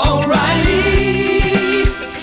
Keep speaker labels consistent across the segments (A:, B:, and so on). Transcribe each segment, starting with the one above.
A: oh, O'Reilly!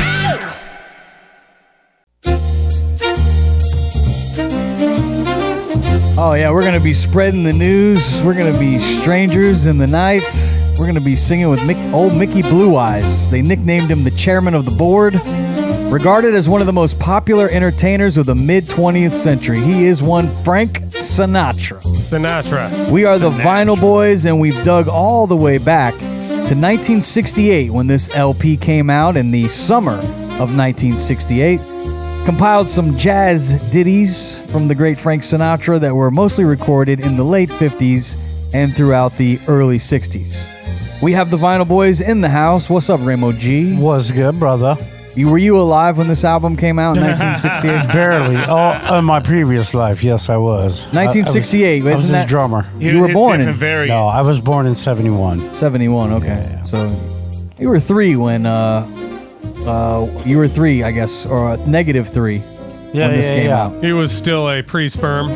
B: Oh yeah, we're gonna be spreading the news. We're gonna be strangers in the night. We're gonna be singing with Mick, old Mickey Blue Eyes. They nicknamed him the chairman of the board. Regarded as one of the most popular entertainers of the mid 20th century, he is one Frank Sinatra.
C: Sinatra.
B: We are the Vinyl Boys, and we've dug all the way back to 1968 when this LP came out in the summer of 1968. Compiled some jazz ditties from the great Frank Sinatra that were mostly recorded in the late 50s and throughout the early 60s. We have the Vinyl Boys in the house. What's up, Ramo G?
D: Was good, brother.
B: You, were you alive when this album came out in 1968?
D: Barely. Oh, in my previous life, yes, I was.
B: 1968,
D: I, I was, I was
B: isn't
D: his
B: that-
D: drummer.
B: You were
C: His
B: born in-
C: different variant.
D: No, I was born in '71.
B: 71, okay. So you were three when, uh, uh, you were three, I guess, or uh, negative three
D: Yeah,
B: when this
D: yeah,
B: came
D: yeah.
B: out.
C: He was still a pre-sperm.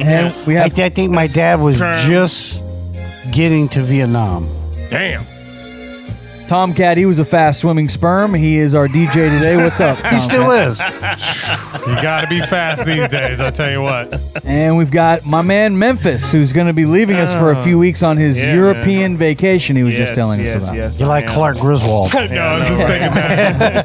B: And we
D: I,
B: have
D: I think my dad was
C: Term.
D: just getting to Vietnam.
C: Damn.
B: Tomcat. He was a fast swimming sperm. He is our DJ today. What's up?
D: He still is.
C: You got to be fast these days, I tell you what.
B: And we've got my man Memphis, who's going to be leaving us for a few weeks on his
C: yeah,
B: European vacation. He was just telling us about.
D: You like Clark Griswold?
C: no, I was just thinking that.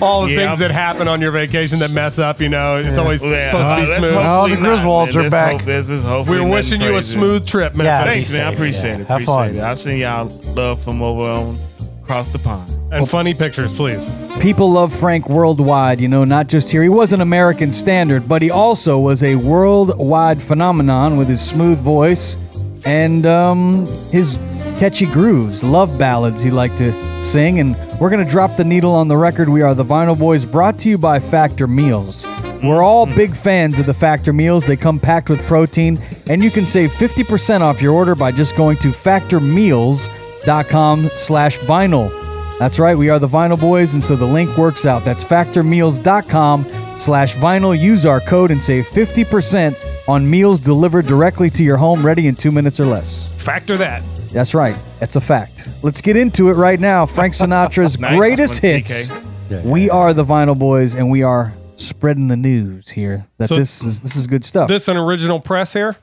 C: All the things that happen on your vacation that mess up, you know, it's always supposed to be smooth.
D: hope-
E: Oh,
D: the Griswolds are
E: This
D: back.
E: hope- this is hopefully
C: We're
E: nothing
C: wishing you a
E: crazy.
C: smooth trip, man.
D: Yeah,
E: Thanks, man. I
D: Yeah.
E: appreciate it.
D: Have
E: Appreciate
D: fun.
E: it. I've seen y'all love from over on across the pond.
C: And funny pictures, please.
B: People love Frank worldwide, you know, not just here. He was an American standard, but he also was a worldwide phenomenon with his smooth voice and um, his catchy grooves, love ballads he liked to sing. And we're going to drop the needle on the record. We are the Vinyl Boys, brought to you by Factor Meals. We're all big fans of the Factor Meals. They come packed with protein, and you can save 50% off your order by just going to factormeals.com slash vinyl. That's right, we are the Vinyl Boys, and so the link works out. That's factormeals.com slash vinyl. Use our code and save 50% on meals delivered directly to your home, ready in two minutes or less.
C: Factor that.
B: That's right, that's a fact. Let's get into it right now. Frank Sinatra's
E: Nice
B: greatest
E: one,
B: hits.
E: TK.
B: We are the Vinyl Boys, and we are spreading the news here that
C: So-
B: this is this is good stuff.
C: This an original press here?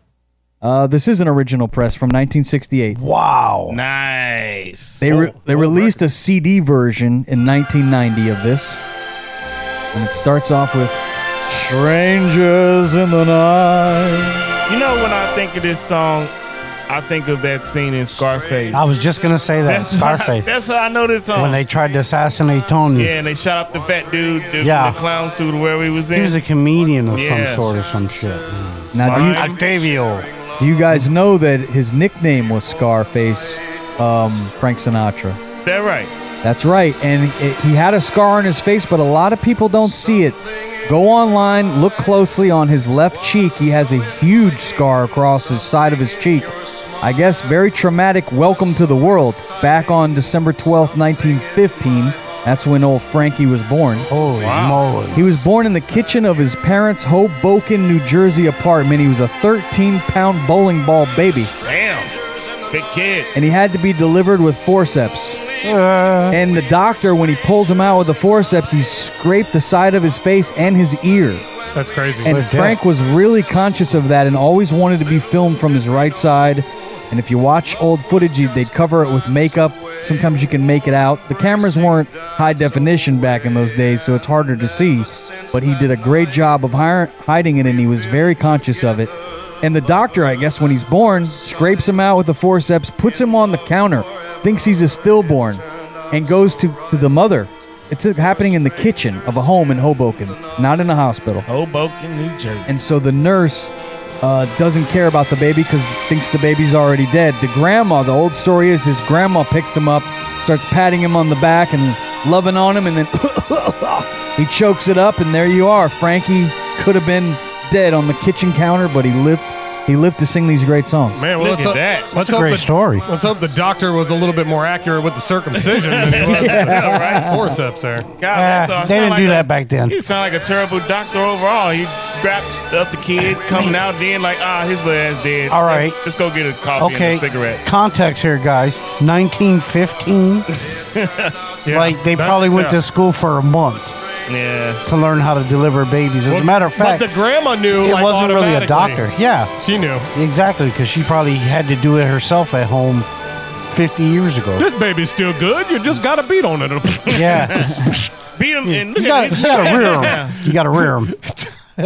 B: uh, this is an original press from 1968.
D: Wow.
E: Nice.
B: They re- they released a CD version in 1990 of this, and it starts off with "Strangers in the Night."
E: you know, when I think of this song, I think of that scene in Scarface.
D: I was just gonna say that. Scarface.
E: That's how I know this song.
D: when they tried to assassinate Tony,
E: yeah, and they shot up the fat dude dude in
D: Yeah.
E: the clown suit where he was in.
D: he was a comedian of
E: Yeah.
D: some sort or some shit.
B: Now, do you,
D: Octavio.
B: do you guys know that his nickname was Scarface, um, Frank Sinatra?
E: that right?
B: That's right, and it, he had a scar on his face, but a lot of people don't see it. Go online, look closely on his left cheek. He has a huge scar across his side of his cheek. I guess very traumatic welcome to the world back on December 12th, 1915. That's when old Frankie was born.
D: Holy moly.
B: He was born in the kitchen of his parents' Hoboken, New Jersey apartment. He was a 13 pound bowling ball baby,
E: Damn, big kid.
B: and he had to be delivered with forceps.
D: Uh,
B: And the doctor, when he pulls him out with the forceps, he scraped the side of his face and his ear.
C: That's crazy.
B: And
D: Like that.
B: Frank was really conscious of that and always wanted to be filmed from his right side. And if you watch old footage, you- they'd cover it with makeup sometimes you can make it out. The cameras weren't high definition back in those days, so it's harder to see. But he did a great job of hir- hiding it, and he was very conscious of it. And the doctor, I guess, when he's born, scrapes him out with the forceps, puts him on the counter, thinks he's a stillborn, and goes to, to the mother. It's uh, happening in the kitchen of a home in Hoboken, not in a hospital.
E: Hoboken, New Jersey.
B: And so the nurse uh, doesn't care about the baby because thinks the baby's already dead. The grandma, the old story is his grandma picks him up, starts patting him on the back and loving on him, and then he chokes it up, and there you are. Frankie could have been dead on the kitchen counter, but he lived. He lived to sing these great songs.
C: Man, well,
E: Look
C: let's
E: at
C: hope-
E: that.
C: Let's
E: That's
C: hope
D: great
C: the,
D: story.
C: Let's hope the doctor was a little bit more accurate with the circumcision than he was yeah. forceps there.
E: God,
D: Ah,
E: that's all-
D: they
E: sound
D: didn't do
E: like
D: that
E: a-
D: back then.
E: He sound like a terrible doctor overall. He scraps up the kid, coming out then like, ah, his little ass dead.
D: All
E: Let's-
D: right.
E: Let's, go get a coffee
D: Okay.
E: and a cigarette.
D: Context here, guys. 1915.
C: Yeah,
D: like they
C: that's-
D: probably went
C: yeah.
D: to school for a month
E: Yeah.
D: to learn how to deliver babies. As a matter of fact,
C: but the grandma knew
D: it
C: like,
D: wasn't really a
C: automatically.
D: doctor. Yeah,
C: She knew.
D: exactly, because she probably had to do it herself at home 50 years ago.
C: This baby's still good. You just got to beat on it.
D: yeah,
E: Beat him and look
D: you got
E: at his
D: you got to rear 'em. You got to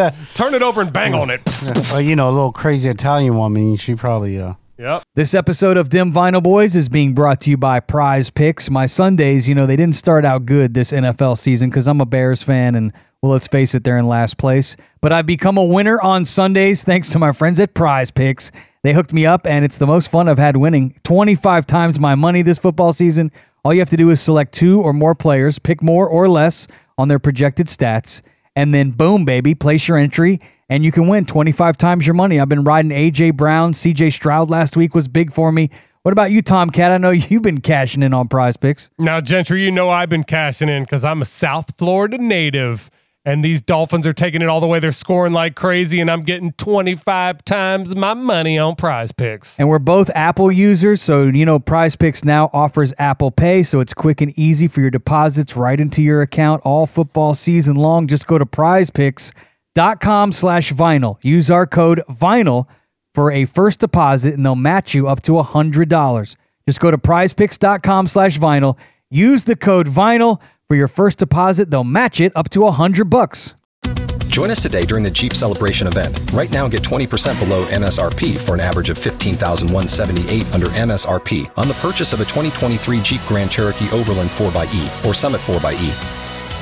D: rear 'em.
C: Turn it over and bang on it.
D: Well, you know, a little crazy Italian woman. She probably. Uh,
C: yep.
B: This episode of Dim Vinyl Boys is being brought to you by Prize Picks. My Sundays, you know, they didn't start out good this NFL season because I'm a Bears fan and, well, let's face it, they're in last place. But I've become a winner on Sundays thanks to my friends at Prize Picks. They hooked me up and it's the most fun I've had winning 25 times my money this football season. All you have to do is select two or more players, pick more or less on their projected stats and then boom, baby, place your entry and you can win 25 times your money. I've been riding AJ Brown, CJ Stroud last week was big for me. What about you, Tomcat? I know you've been cashing in on prize picks.
C: Now, Gentry, you know I've been cashing in because I'm a South Florida native, and these Dolphins are taking it all the way. They're scoring like crazy, and I'm getting 25 times my money on prize picks.
B: And we're both Apple users, so you know Prize Picks now offers Apple Pay, so it's quick and easy for your deposits right into your account all football season long. Just go to prizepicks.com slash vinyl. Use our code vinyl for a first deposit and they'll match you up to a hundred dollars. Just go to prizepicks.com slash vinyl. Use the code vinyl for your first deposit. They'll match it up to a hundred bucks.
F: Join us today during the Jeep Celebration event. Right now, get 20% below MSRP for an average of 15178 under MSRP on the purchase of a 2023 Jeep Grand Cherokee Overland 4xE E or Summit 4xE.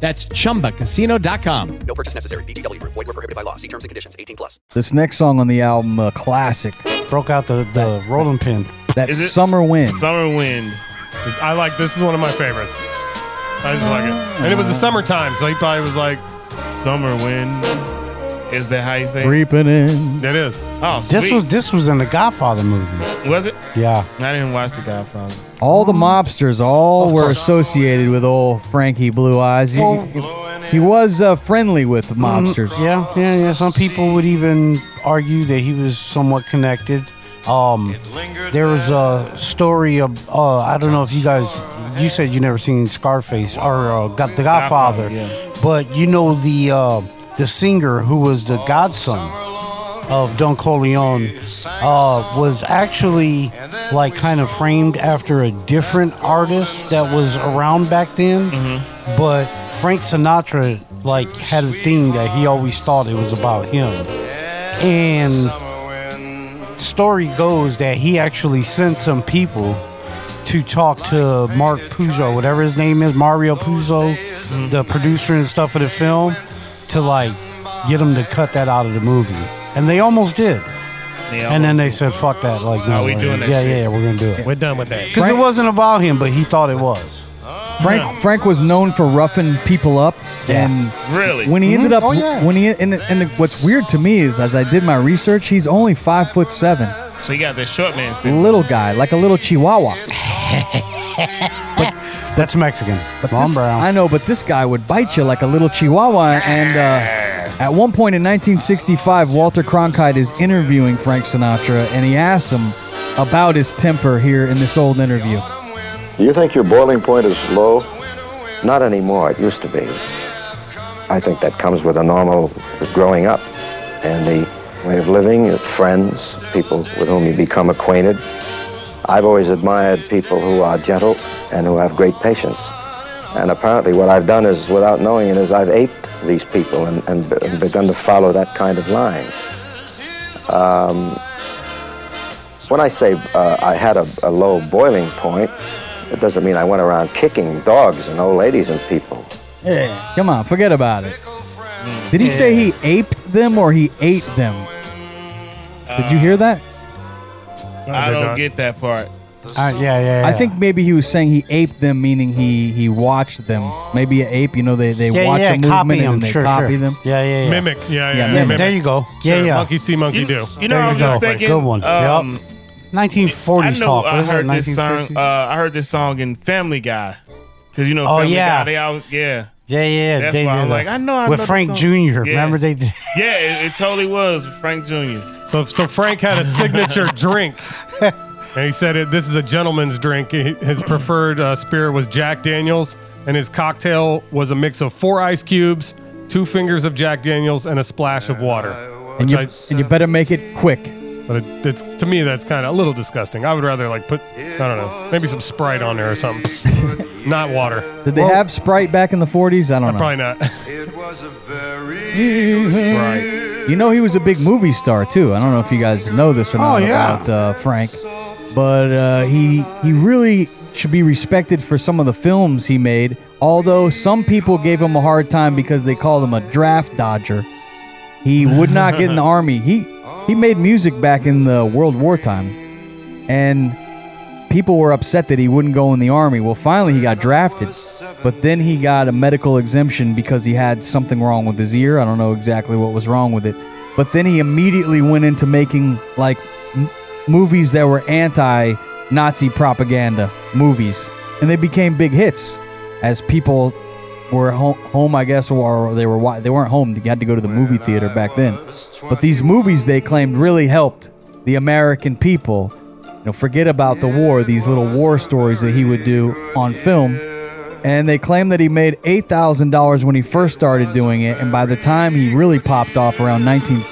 G: That's chumbacasino.com.
H: No purchase necessary. VGW Group. Void were prohibited by law. See terms and conditions. 18 plus.
B: This next song on the album, a classic,
D: broke out the, the rolling pin.
B: that
E: Is it-
B: Summer Wind.
E: Summer wind.
C: I like this is one of my favorites. I just like it, and it was the summertime, so he probably was like,
E: Summer wind. Is that how you say it?
B: Creeping in.
C: "It is."
E: Oh, sweet.
D: This was this was in the Godfather movie.
E: Was it?
D: Yeah,
E: I didn't watch The Godfather.
B: All the
D: Mm.
B: mobsters, all were associated with old Frankie Blue Eyes. He,
D: Oh.
B: he was uh, friendly with mobsters.
D: Mm, yeah, yeah, yeah. Some people would even argue that he was somewhat connected. Um, there was a story of uh, I don't know if you guys you said you never seen Scarface or uh, got the Godfather,
E: Godfather, yeah.
D: but you know the uh, the singer who was the godson of Don Corleone uh, was actually like kind of framed after a different artist that was around back then,
E: Mm-hmm.
D: but Frank Sinatra like had a thing that he always thought it was about him, and story goes that he actually sent some people to talk to Mark Puzo, whatever his name is, Mario Puzo, the producer and stuff of the film, to like get him to cut that out of the movie. And they almost did.
E: Yeah.
D: And then they said, fuck that. Like, no,
E: we
D: like,
E: doing that
D: yeah,
E: shit?
D: yeah, yeah, we're going to do it.
C: We're done with that.
D: Because it wasn't about him, but he thought it was.
B: Frank Frank was known for roughing people up, and
E: Really?
B: when he ended
D: Mhm.
B: up
D: Oh, yeah.
B: when he and, and the, what's weird to me is as I did my research, he's only five foot seven,
E: so you got that short man syndrome.
B: little guy like a little chihuahua.
D: That's Mexican.
B: But
D: Mom
B: this-
D: Brown.
B: I know, but this guy would bite you like a little chihuahua. And uh, at one point in 1965, Walter Cronkite is interviewing Frank Sinatra, and he asks him about his temper here in this old interview.
I: Do you think your boiling point is low? Not anymore. It used to be. I think that comes with a normal growing up and the way of living, of friends, people with whom you become acquainted. I've always admired people who are gentle and who have great patience. And apparently, what I've done is, without knowing it, is I've aped these people and, and be- begun to follow that kind of line. Um, when I say uh, I had a, a low boiling point, it doesn't mean I went around kicking dogs and old ladies and people.
B: Yeah, come on, forget about it. Did he say he aped them or he ate them? Did you hear that?
E: I
C: they're
E: don't
C: not.
E: get that part.
D: Uh, yeah, yeah, yeah.
B: I think maybe he was saying he aped them, meaning he he watched them. Maybe an ape, you know, they, they
D: yeah,
B: watch a
D: yeah,
B: movement
D: copy
B: and
D: them.
B: they
D: sure,
B: copy
D: sure.
B: them.
D: Yeah, yeah, yeah.
C: Mimic. Yeah, yeah.
B: Yeah,
D: Yeah,
C: mimic.
D: there you go. Yeah,
C: Sure,
D: yeah.
C: Monkey see, monkey
E: You,
C: do.
E: you know,
D: There
E: I
D: you
E: was just
D: go.
E: thinking.
D: Good one. Yep.
E: Um,
D: 1940s
E: I know
D: talk. What
E: I
D: is that,
E: heard this song.
D: 1950s?
E: Uh, I heard this song in Family Guy. Cause you know
D: Oh,
E: Family
D: yeah.
E: Guy, they always yeah,
D: yeah, yeah. yeah.
E: That's
D: they
E: why
D: did
E: I'm
D: that.
E: like, I know I
D: With
E: know the
D: Frank
E: song.
D: Jr.
E: Yeah.
D: Remember they did.
E: yeah. It, it totally was with Frank Jr.
C: So, so Frank had a signature drink. And he said, it, This is a gentleman's drink. He- His preferred uh, spirit was Jack Daniels, and his cocktail was a mix of four ice cubes, two fingers of Jack Daniels, and a splash of water.
B: And
C: Which
B: you,
C: I,
B: and you better make it quick.
C: but it, it's, to me, that's kind of a little disgusting. I would rather, like, put, I don't know, maybe some Sprite on there or something. not water.
B: Did they have Sprite back in the 40s? I don't know.
C: Probably not. Sprite.
B: You know, he was a big movie star too. I don't know if you guys know this or not
D: Oh, yeah.
B: about uh, Frank, but uh, he he really should be respected for some of the films he made. Although some people gave him a hard time because they called him a draft dodger. He would not get in the army. He he made music back in the World War time, and people were upset that he wouldn't go in the army. Well, finally he got drafted, but then he got a medical exemption because he had something wrong with his ear. I don't know exactly what was wrong with it, but then he immediately went into making like m- movies that were anti-Nazi propaganda movies, and they became big hits as people were home, home I guess, or they were wa- they weren't home. They had to go to the movie theater back then. But these movies they claimed really helped the American people. You know, forget about the war. These little war stories that he would do on film. And they claim that he made eight thousand dollars when he first started doing it, and by the time he really popped off around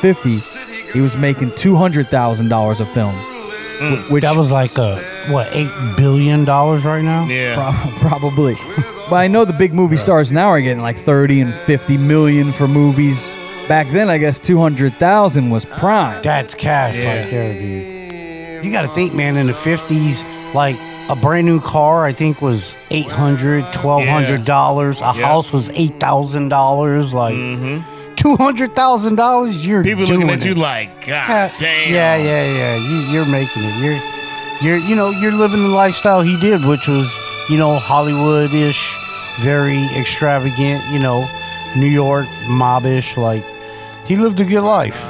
B: 1950, he was making two hundred thousand dollars a film, wh- which
D: That was like uh what eight billion dollars right now.
E: Yeah,
B: Prob- Probably. but I know the big movie stars now are getting like 30 and 50 million for movies. Back then, I guess 200,000 was prime.
D: That's cash right there, dude. You got to think, man. In the fifties, like a brand new car, I think was eight hundred, twelve hundred dollars. A
E: Yeah. Mm-hmm.
D: house was eight thousand dollars. Like hundred thousand dollars. You're
E: people
D: doing
E: looking at you
D: it.
E: like, God
D: Yeah,
E: damn.
D: Yeah, yeah, yeah. You, you're making it. You're, you're, you know, you're living the lifestyle he did, which was, you know, Hollywood-ish, very extravagant. You know, New York mob-ish. Like he lived a good life.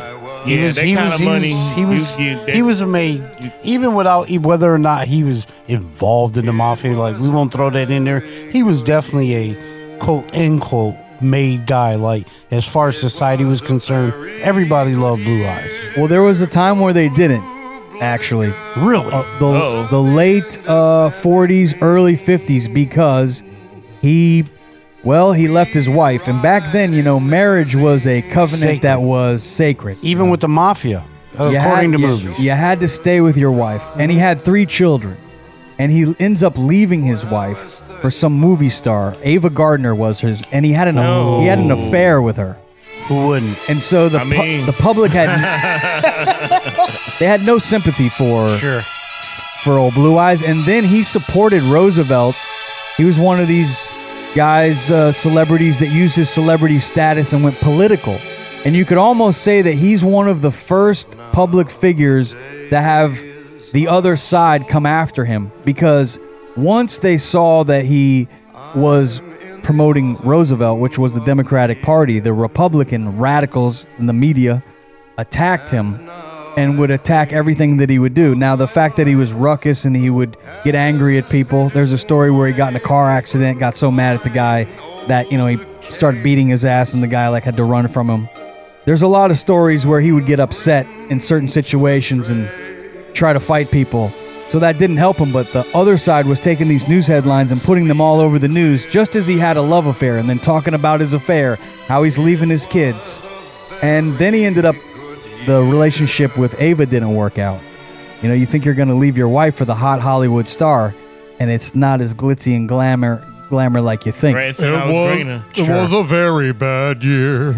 D: He
E: Yeah,
D: was,
E: that
D: he
E: kind
D: was,
E: of
D: he
E: money,
D: was, he was,
E: you- you- that-
D: he was a made, even without whether or not he was involved in the mafia. Like we won't throw that in there. He was definitely a quote end quote made guy. Like as far as society was concerned, everybody loved Blue Eyes.
B: Well, there was a time where they didn't, actually.
D: Really?
B: Uh, the,
E: Uh-oh.
B: the late uh, 40s, early 50s, because he, well, he left his wife. And back then, you know, marriage was a covenant
D: Sacred.
B: that was sacred.
D: Even with the mafia, uh,
B: You
D: according
B: had-
D: to
B: you-
D: movies.
B: You had to stay with your wife, and he had three children, and he ends up leaving his wife for some movie star. Ava Gardner was his, and he had an he had an affair with her,
D: Who wouldn't?
B: and so the
E: I
B: pu-
E: mean-
B: the public had they had no sympathy for
D: Sure.
B: for old Blue Eyes, and then he supported Roosevelt. He was one of these guys, uh, celebrities that used his celebrity status and went political. And you could almost say that he's one of the first public figures to have the other side come after him because once they saw that he was promoting Roosevelt, which was the Democratic Party. The Republican radicals and the media attacked him and would attack everything that he would do. Now, the fact that he was ruckus and he would get angry at people, there's a story where he got in a car accident, got so mad at the guy that, you know, he started beating his ass and the guy like had to run from him. There's a lot of stories where he would get upset in certain situations and try to fight people. So that didn't help him, but the other side was taking these news headlines and putting them all over the news just as he had a love affair and then talking about his affair, how he's leaving his kids. And then he ended up, the relationship with Ava didn't work out. You know, you think you're going to leave your wife for the hot Hollywood star, and it's not as glitzy and glamour glamour like you think.
E: Right, so I was greener.
C: it was a very bad year.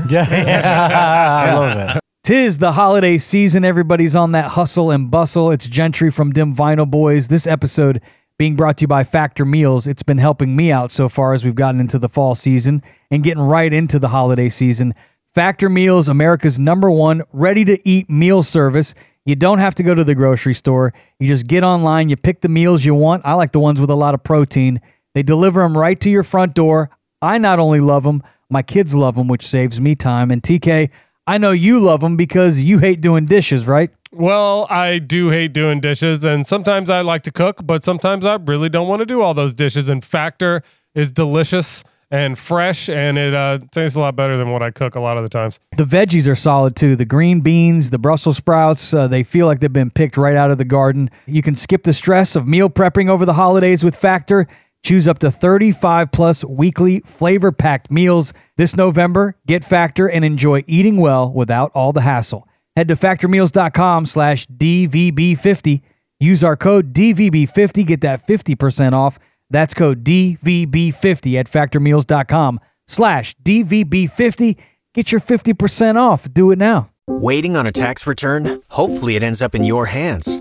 D: Yeah, I love it.
B: Tis the holiday season. Everybody's on that hustle and bustle. It's Gentry from Dim Vinyl Boys. This episode being brought to you by Factor Meals. It's been helping me out so far as we've gotten into the fall season and getting right into the holiday season. Factor Meals, America's number one ready to eat meal service. You don't have to go to the grocery store. You just get online, you pick the meals you want. I like the ones with a lot of protein. They deliver them right to your front door. I not only love them, my kids love them, which saves me time. And TK, I know you love them because you hate doing dishes, right?
C: Well, I do hate doing dishes, and sometimes I like to cook, but sometimes I really don't want to do all those dishes. And Factor is delicious and fresh, and it uh, tastes a lot better than what I cook a lot of the times.
B: The veggies are solid too. The green beans, the Brussels sprouts, uh, they feel like they've been picked right out of the garden. You can skip the stress of meal prepping over the holidays with Factor. Choose up to 35 plus weekly flavor packed meals. This November, get Factor and enjoy eating well without all the hassle. Head to factormeals.com slash DVB50. Use our code DVB50. Get that 50% off. That's code DVB50 at factormeals.com slash DVB50. Get your 50% off. Do it now.
J: Waiting on a tax return? Hopefully, it ends up in your hands.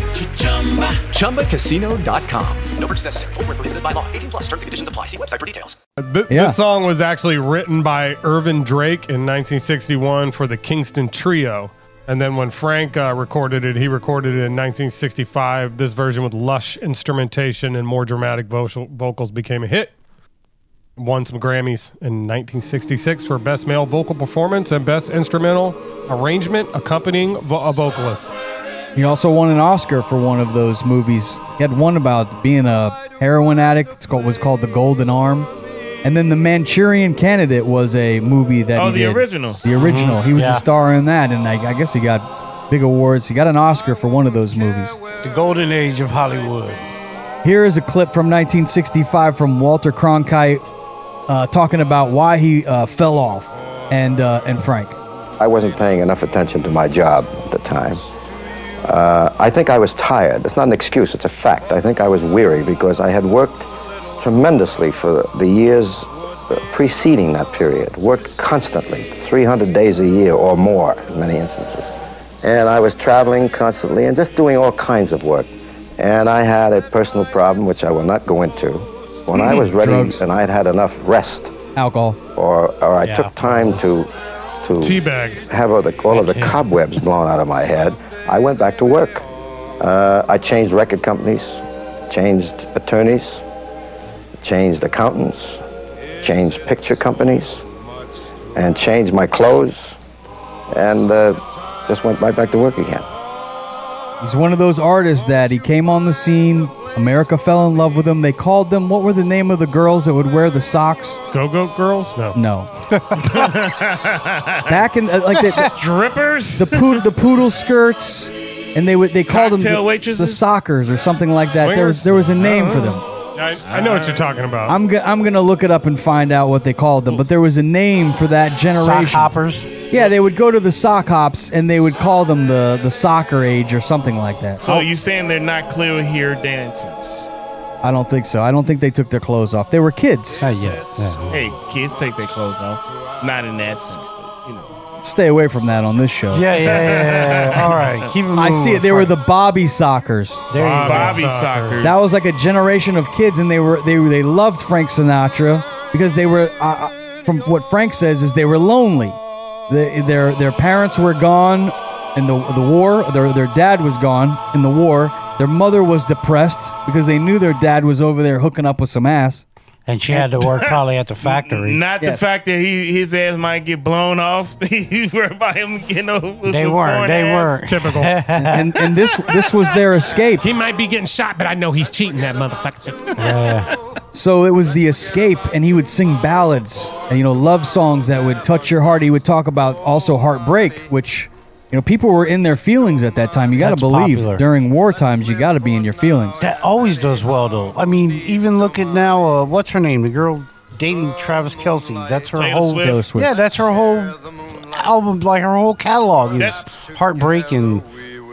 K: ChumbaCasino.com. No purchase necessary, forward prohibited by law, 18 plus terms and conditions apply. See website for details.
C: Th- This song was actually written by Irvin Drake in 1961 for the Kingston Trio. And then when Frank uh, recorded it, he recorded it in 1965. This version with lush instrumentation and more dramatic vocal- vocals became a hit. Won some Grammys in 1966 for Best Male Vocal Performance and Best Instrumental Arrangement Accompanying vo- a Vocalist.
B: He also won an Oscar for one of those movies. He had one about being a heroin addict. It's called was called The Golden Arm. And then The Manchurian Candidate was a movie that
E: Oh,
B: he
E: the
B: did.
E: original.
B: The original.
E: Mhm.
B: He was
E: Yeah.
B: a star in that, and I, I guess he got big awards. He got an Oscar for one of those movies.
D: The golden age of Hollywood.
B: Here is a clip from 1965 from Walter Cronkite uh, talking about why he uh, fell off and uh, and Frank.
I: I wasn't paying enough attention to my job at the time. Uh, I think I was tired. It's not an excuse, it's a fact. I think I was weary because I had worked tremendously for the years uh, preceding that period, worked constantly, 300 days a year or more in many instances. And I was traveling constantly and just doing all kinds of work. And I had a personal problem, which I will not go into. When I was ready
B: Drugs.
I: and I'd had enough rest,
B: Alcohol.
I: or, or I
B: Yeah.
I: took time to to
C: Teabag.
I: have all the, all of the cobwebs blown out of my head. I went back to work. Uh, I changed record companies, changed attorneys, changed accountants, changed picture companies, and changed my clothes, and uh, just went right back to work again.
B: He's one of those artists that he came on the scene. America fell in love with him. They called them. What were the name of the girls that would wear the socks?
C: Go Go Girls? No.
B: No. Back in uh, like the
E: strippers,
B: the, pood- the poodle skirts. and they would they called them
C: Cocktail
B: the, the
C: waitresses?
B: sockers or something like that. There was
C: Swingers?
B: there was a name
C: Oh.
B: for them.
C: I, I know what you're talking about.
B: I'm go- I'm gonna look it up and find out what they called them. But there was a name for that generation.
D: hoppers.
B: Yeah, they would go to the sock hops and they would call them the the soccer age or something like that.
D: Oh.
E: So you saying they're not clear here dancers?
B: I don't think so. I don't think they took their clothes off. They were kids.
D: Not yet.
E: Hey, kids, take their clothes off. Not in that sense.
B: Stay away from that on this show.
E: Yeah, yeah, yeah, yeah. All right, keep it
B: I see
E: moving,
B: it. They were the Bobby Sockers.
E: There you go. Bobby Sockers.
B: That was like a generation of kids, and they were they they loved Frank Sinatra because they were, uh, uh, from what Frank says, is they were lonely. They, their their parents were gone in the the war. Their their dad was gone in the war. Their mother was depressed because they knew their dad was over there hooking up with some ass.
D: And she had to work probably at the factory.
E: Not the fact that he his ass might get blown off. you worry about him getting over.
D: They weren't. They weren't.
C: Typical.
B: and and this this was their escape.
L: He might be getting shot, but I know he's cheating that motherfucker.
B: So it was the escape, and he would sing ballads, and, you know, love songs that would touch your heart. He would talk about also heartbreak, which, you know, people were in their feelings at that time. You got to
D: That's
B: believe
D: popular.
B: during war times, you got to be in your feelings.
D: That always does well, though. I mean, even look at now, uh, what's her name? The girl dating Travis Kelsey. That's her
B: Taylor
D: whole.
B: Swift. Taylor Swift.
D: Yeah, that's her whole album. Like her whole catalog is heartbreak and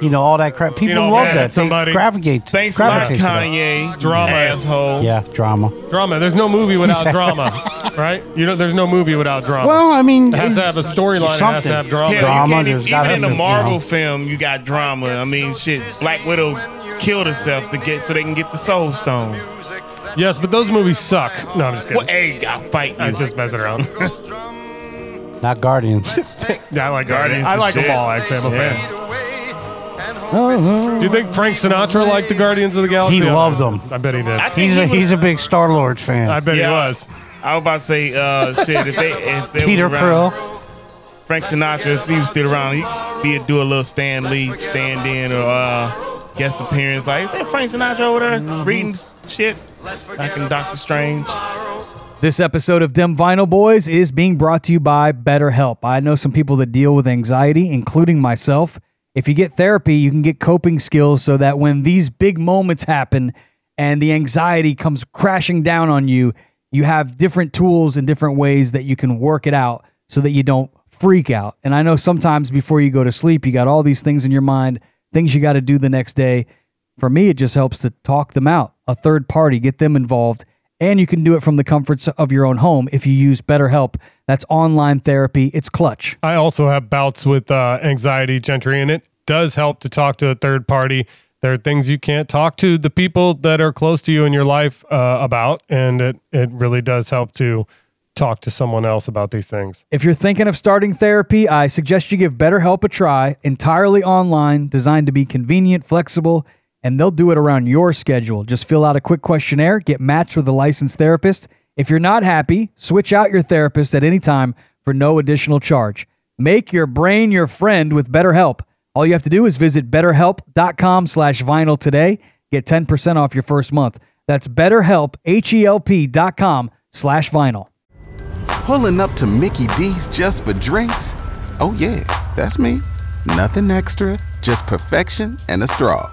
D: you know all that crap. People
C: know,
D: love
C: man,
D: that.
C: somebody-
D: they gravitate.
E: Thanks a lot,
D: gravitate to that.
E: Kanye.
C: Drama.
E: asshole.
D: Yeah, drama.
C: Drama. There's no movie without drama, right? You know, there's no movie without drama.
D: Well, I mean,
C: it has to have a storyline. It has to have drama.
E: Yeah, you can't even, even in a Marvel film, you got drama. I mean, shit, Black Widow killed herself to get so they can get the Soul Stone.
C: Yes, but those movies suck. No, I'm just kidding.
E: Well, hey, I'll fight you.
C: I'm just messing around.
D: Not Guardians.
C: yeah, I like
E: Guardians
C: Guardians. I
E: is
C: like
E: shit.
C: them all. Actually, I'm a
E: Yeah.
C: fan. Do you think Frank Sinatra liked the Guardians of the Galaxy?
D: He
C: I-
D: loved them.
C: I bet he did.
E: I think
D: He's
E: he
D: a
E: was-
D: he's a big Star Lord fan.
C: I bet he was.
E: I was about to say, uh, shit, if they, if they
D: Peter
E: were around,
D: Krill.
E: Frank Sinatra, if he was still around, he'd do a little stand lead, stand in, or uh, guest appearance. Like, is that Frank Sinatra over there reading shit? Like in Doctor Strange.
B: This episode of Dem Vinyl Boys is being brought to you by BetterHelp. I know some people that deal with anxiety, including myself. If you get therapy, you can get coping skills so that when these big moments happen and the anxiety comes crashing down on you, you have different tools and different ways that you can work it out so that you don't freak out. And I know sometimes before you go to sleep, you got all these things in your mind, things you got to do the next day. For me, it just helps to talk them out, a third party, get them involved. And you can do it from the comforts of your own home if you use BetterHelp. That's online therapy. It's clutch.
C: I also have bouts with uh, anxiety, Gentry, and it does help to talk to a third party. There are things you can't talk to the people that are close to you in your life uh, about, and it, it really does help to talk to someone else about these things.
B: If you're thinking of starting therapy, I suggest you give BetterHelp a try. Entirely online, designed to be convenient, flexible, and they'll do it around your schedule. Just fill out a quick questionnaire, get matched with a licensed therapist. If you're not happy, switch out your therapist at any time for no additional charge. Make your brain your friend with BetterHelp. All you have to do is visit betterhelp.com slash vinyl today. Get 10% off your first month. That's betterhelp, H-E-L-P dot com slash vinyl.
M: Pulling up to Mickey D's just for drinks? Oh, yeah, that's me. Nothing extra, just perfection and a straw.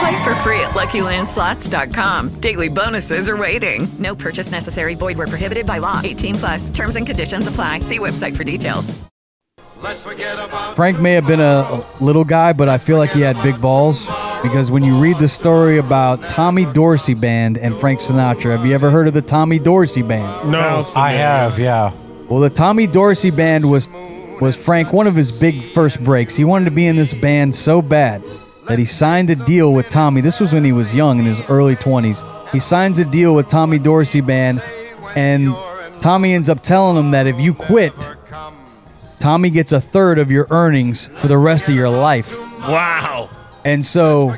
N: Play for free at LuckyLandSlots.com. Daily bonuses are waiting.
O: No purchase necessary. Void where prohibited by law. 18 plus. Terms and conditions apply. See website for details.
B: Frank may have been a little guy, but I feel like he had big balls because when you read the story about Tommy Dorsey Band and Frank Sinatra, have you ever heard of the Tommy Dorsey Band?
D: I have. Yeah.
B: Well, the Tommy Dorsey Band was was Frank one of his big first breaks. He wanted to be in this band so bad. that he signed a deal with Tommy. This was when he was young, in his early 20s. He signs a deal with Tommy Dorsey Band, and Tommy ends up telling him that if you quit, Tommy gets a third of your earnings for the rest of your life.
E: Wow.
C: Oh.
B: And so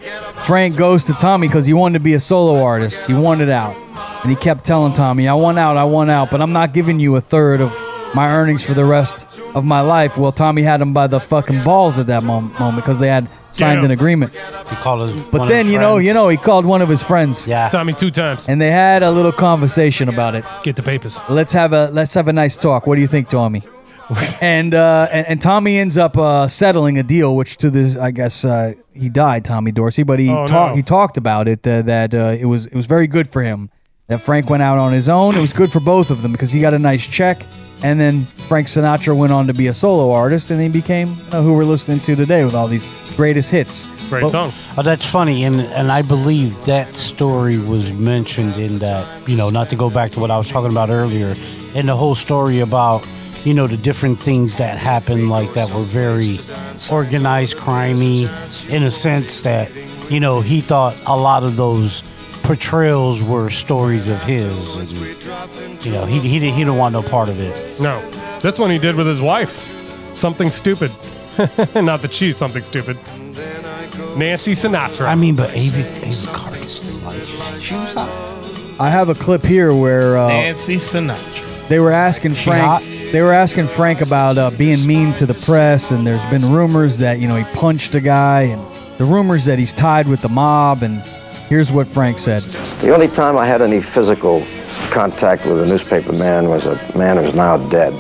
B: Frank goes to Tommy because he wanted to be a solo artist. He wanted out. And he kept telling Tommy, I want out, I want out, but I'm not giving you a third of my earnings for the rest of my life. Well, Tommy had him by the fucking balls at that mom- moment because they had signed
C: Damn.
B: an agreement.
D: He called his.
B: But then, you know, you know, he called one of his friends.
D: Yeah.
C: Tommy two times.
B: And they had a little conversation about it.
C: Get the papers.
B: Let's have a let's have a nice talk. What do you think, Tommy? and, uh, and and Tommy ends up uh, settling a deal, which to this I guess uh, he died, Tommy Dorsey. But he
C: Oh,
B: talked
C: no.
B: he talked about it uh, that uh, it was it was very good for him that Frank went out on his own. It was good for both of them because he got a nice check, and then Frank Sinatra went on to be a solo artist, and he became you know, who we're listening to today with all these greatest hits. But-
D: Oh, that's funny, and and I believe that story was mentioned in that. You know, not to go back to what I was talking about earlier, and the whole story about you know the different things that happened, like that were very organized, crimey, in a sense that you know he thought a lot of those portrayals were stories of his, and you know he he didn't, he didn't want no part of it.
C: No. This one he did with his wife. Something stupid. Not that she's something stupid. Nancy Sinatra.
D: I mean, but Ava, Ava Carter, like, she was hot.
B: I have a clip here where uh,
E: Nancy Sinatra.
B: They were asking Frank. They were asking Frank about uh, being mean to the press, and there's been rumors that you know he punched a guy, and the rumors that he's tied with the mob. And here's what Frank said.
I: The only time I had any physical contact with a newspaper man was a man who's now dead,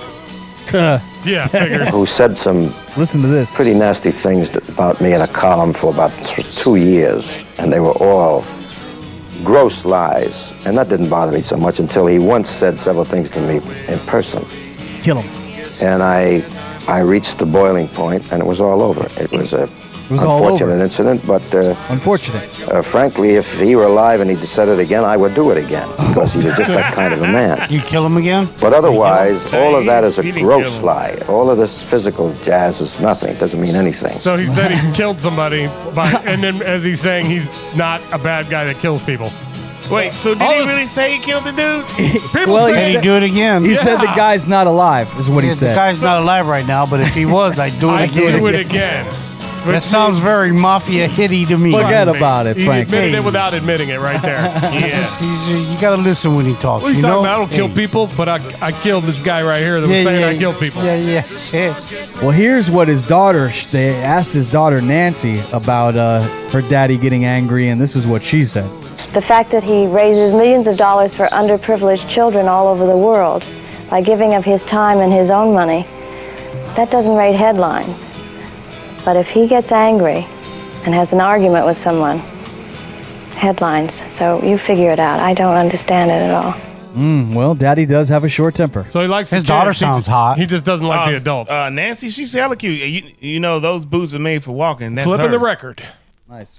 C: yeah,
I: who said some
B: listen to this
I: pretty nasty things about me in a column for about th- two years, and they were all gross lies. And that didn't bother me so much until he once said several things to me in person,
B: Kill him.
I: and I, I reached the boiling point, and it was all over. It was a
B: was all over.
I: unfortunate incident, but. Uh,
B: Unfortunate.
I: uh, frankly, if he were alive and he said it again, I would do it again because he was just that kind of a man.
D: You kill him again?
I: But otherwise, all of that is a
C: He didn't kill
I: gross
C: him.
I: lie. All of this physical jazz is nothing. It doesn't mean anything.
C: So he said he killed somebody, by, and then as he's saying, he's not a bad guy that kills people.
E: Wait, so did
C: All
E: he
C: this-
E: really say he killed the dude?
C: People
B: Well,
C: say
B: he
C: he
B: said-
C: do
D: it again.
B: He said the guy's not alive. Is what he
D: Yeah,
B: said.
D: The guy's not alive right now, but if he was, I'd do it
C: I'd
D: again.
C: do it again.
D: That sounds very mafia hitty to me.
B: Forget about it,
C: He
B: Frank.
C: admitted it without admitting it right there.
D: He's
C: yeah.
D: just- he's- you gotta listen when he talks.
C: What are you,
D: you
C: talking
D: know?
C: about? I don't kill
D: Hey.
C: people, but I, I killed this guy right here that
D: Yeah,
C: was saying
D: yeah,
C: I kill people.
D: Yeah, yeah, yeah.
B: Well, here's what his daughter. sh- They asked his daughter Nancy about uh, her daddy getting angry, and this is what she said.
P: The fact that he raises millions of dollars for underprivileged children all over the world by giving of his time and his own money, that doesn't rate headlines. But if he gets angry and has an argument with someone, headlines. So you figure it out. I don't understand it at all.
C: Mm-hmm.
B: Mm, well, daddy does have a short temper.
C: So he likes
B: His daughter sounds hot.
C: He just doesn't like the adults.
E: Uh, Nancy, she's hella cute. You, you know those boots are made for walking. That's
C: Flipping
E: her.
C: the record.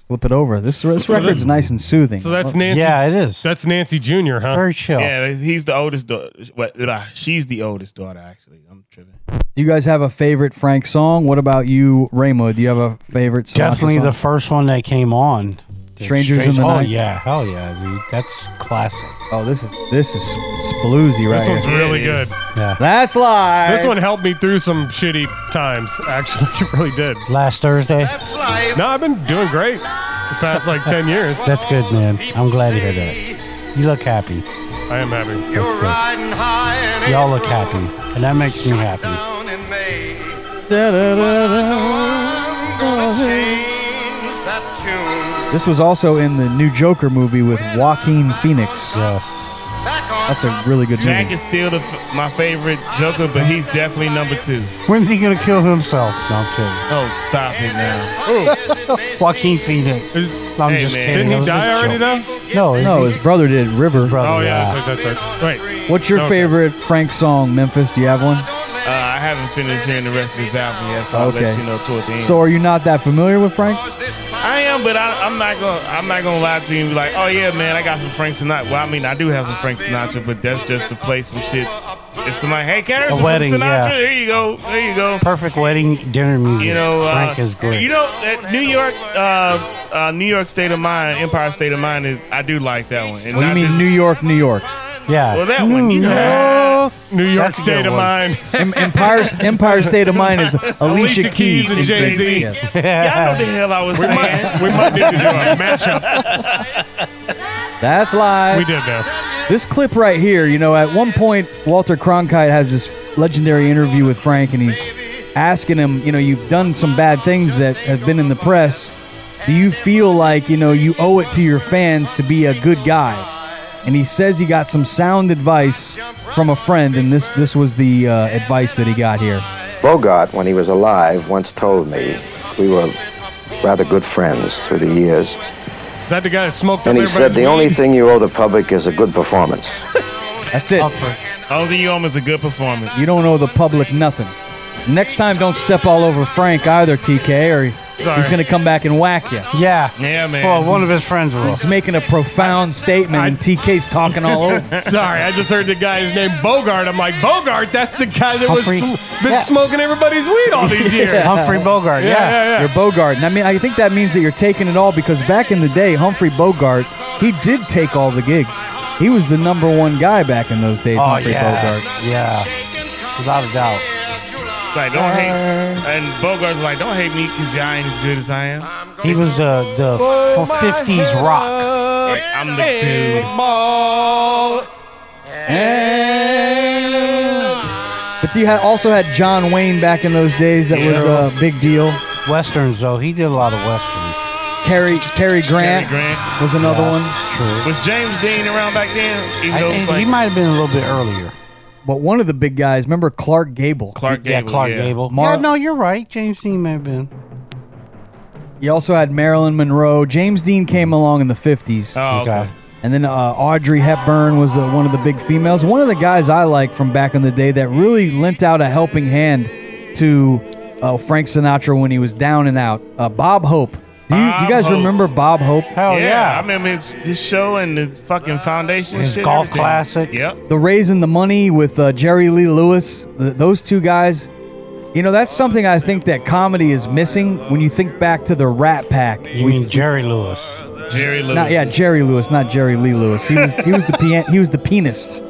B: Flip it over. This, this
C: So that-
B: record's nice and soothing.
C: So that's Nancy.
E: it
D: is.
C: That's Nancy Junior, huh?
D: Very chill.
E: Yeah, he's the oldest daughter. Well, uh, she's the oldest daughter, actually. I'm tripping.
B: Do you guys have a favorite Frank song? What about you, Raymo? Do you have a favorite Sinatra song?
D: Definitely the first one that came on. Dude,
B: Strangers in the
D: oh,
B: Night.
D: Oh yeah, hell yeah, dude. That's classic.
B: Oh, this is this is it's bluesy right
C: This one's
B: here.
C: really good.
D: Yeah.
B: That's live.
C: This one helped me through some shitty times. Actually, it really did.
D: Last Thursday.
C: No, I've been doing great the past like ten years.
D: That's good, man. I'm glad to hear that. You look happy.
C: I am happy.
D: That's good. Y'all look happy, and that makes me happy.
B: This was also in the new Joker movie with Joaquin Phoenix.
D: Yes.
B: That's a really good
E: Jack
B: movie.
E: is still the, f- my favorite Joker, but he's definitely number two.
D: When's he gonna kill himself? No, I'm kidding.
E: Oh, stop it now.
D: Joaquin Phoenix. No, I'm
E: Hey,
D: just
E: man.
D: kidding.
E: Didn't he
D: That was a
E: die already,
D: joke.
E: though?
D: No, is
B: No,
D: he-
B: his brother did River.
D: brother,
C: Oh
D: yeah.
C: yeah, that's right. That's right. Right.
B: What's your
C: Okay.
B: favorite Frank song, Memphis? Do you have one?
E: Uh, I haven't finished hearing the rest of this album yet, so I'll let you know toward the end.
B: So are you not that familiar with Frank?
E: I am, but I, I'm not gonna. I'm not gonna lie to you. and be Like, oh yeah, man, I got some Frank Sinatra. Well, I mean, I do have some Frank Sinatra, but that's just to play some shit If somebody, hey, Carrie,
D: A
E: some
D: wedding,
E: Sinatra,
D: yeah.
E: here you go, there you go.
D: Perfect wedding dinner music.
E: You know, uh,
D: Frank is great.
E: You know, that New York, uh, uh, New York State of Mind, Empire State of Mind is. I do like that one. And
B: Well, you
E: not
B: mean
E: just-
B: New York, New York?
D: Yeah.
E: Well, that one, you know.
C: New York
B: That's a
C: State
B: good
C: of
B: one.
C: Mind.
B: Em- Empire, Empire State of Mind is Alicia,
C: Alicia
B: Keys,
C: Keys and Jay-Z.
B: yes.
E: Yeah, I know what the hell I was
C: We
E: saying.
C: might, we might need to do a matchup.
B: That's live.
C: We did though.
B: This clip right here, you know, at one point, Walter Cronkite has this legendary interview with Frank, and he's asking him, you know, you've done some bad things that have been in the press. Do you feel like, you know, you owe it to your fans to be a good guy? And he says he got some sound advice from a friend, and this this was the uh, advice that he got here.
I: Bogart, when he was alive, once told me we were rather good friends through the years.
C: Is that the guy that smoked up
I: And he said,
C: everybody's
I: The
C: weed?
I: only thing you owe the public is a good performance.
B: That's it.
E: Oh, the Yom is a good performance.
B: You don't owe the public nothing. Next time, don't step all over Frank either, TK, or he-
E: Sorry.
B: he's going to come back and whack you.
D: Yeah.
E: Yeah, man.
D: Well, one of his friends will.
B: He's making a profound statement, and TK's talking all over.
C: Sorry, I just heard the guy's name Bogart. I'm like Bogart. That's the guy that was
B: Humphrey-
C: sm- been
B: Yeah.
C: smoking everybody's weed all these years. yeah, yeah.
B: You're Bogart. And I mean, I think that means that you're taking it all because back in the day, Humphrey Bogart, he did take all the gigs. He was the number one guy back in those days,
D: Oh,
B: Humphrey
D: yeah.
B: Bogart.
D: Yeah. Without a doubt.
E: Like, don't hate.
D: Uh.
E: And Bogart's like, don't hate me because y'all ain't as good as I am.
D: He was the, the
E: Pull
D: f-
E: my
D: 50s rock.
E: Like, I'm the dude.
B: But you had also had John Wayne back in those days. That was
D: Yeah.
B: a big deal.
D: Westerns, though. He did a lot of westerns.
B: Terry Terry Grant,
E: Cary Grant.
B: was another
D: Yeah,
B: one.
D: True.
E: Was James Dean around back then? Even
D: I-
E: though,
D: he-
E: like,
D: he might have been a little bit earlier.
B: But one of the big guys, remember Clark Gable?
E: Clark Gable.
D: yeah, Clark Gable.
B: Mar-
D: yeah, no, you're right. James Dean may have been.
B: You also had Marilyn Monroe. James Dean came along in the 50s.
E: Oh, okay.
B: And then uh, Audrey Hepburn was uh, one of the big females. One of the guys I like from back in the day that really lent out a helping hand to uh, Frank Sinatra when he was down and out. Uh, Bob Hope. Do you, you
E: Bob
B: guys
E: Hope.
B: remember Bob Hope?
D: Oh,
B: Hell
E: I remember his, his show and the fucking foundation.
D: His
E: shit,
D: golf
E: everything.
D: classic.
E: Yep.
B: the raising the money with uh, Jerry Lee Lewis, th- those two guys. You know, that's something I think that comedy is missing when you think back to the Rat Pack.
D: You
B: We-
D: mean Jerry Lewis?
E: Jerry Lewis.
B: Not, yeah, Jerry Lewis, not Jerry Lee Lewis. He was he was the pian- he was the pianist.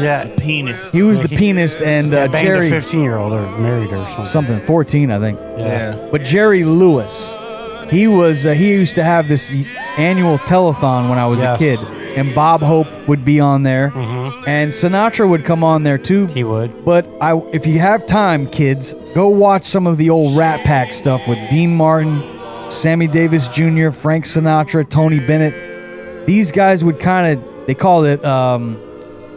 D: Yeah.
E: Penis.
B: He was the pianist and uh,
D: That banged
B: Jerry
D: a 15 year old or married her or something.
B: something 14, I think.
D: Yeah.
B: But Jerry Lewis, he was uh, he used to have this annual telethon when I was
D: Yes. Mm-hmm.
B: a kid, and Bob Hope would be on there, and Sinatra would come on there too. He
D: would.
B: But I, if you have time, kids, go watch some of the old Rat Pack stuff with Dean Martin, Sammy Davis Jr., Frank Sinatra, Tony Bennett. These guys would kind of they called it. Um,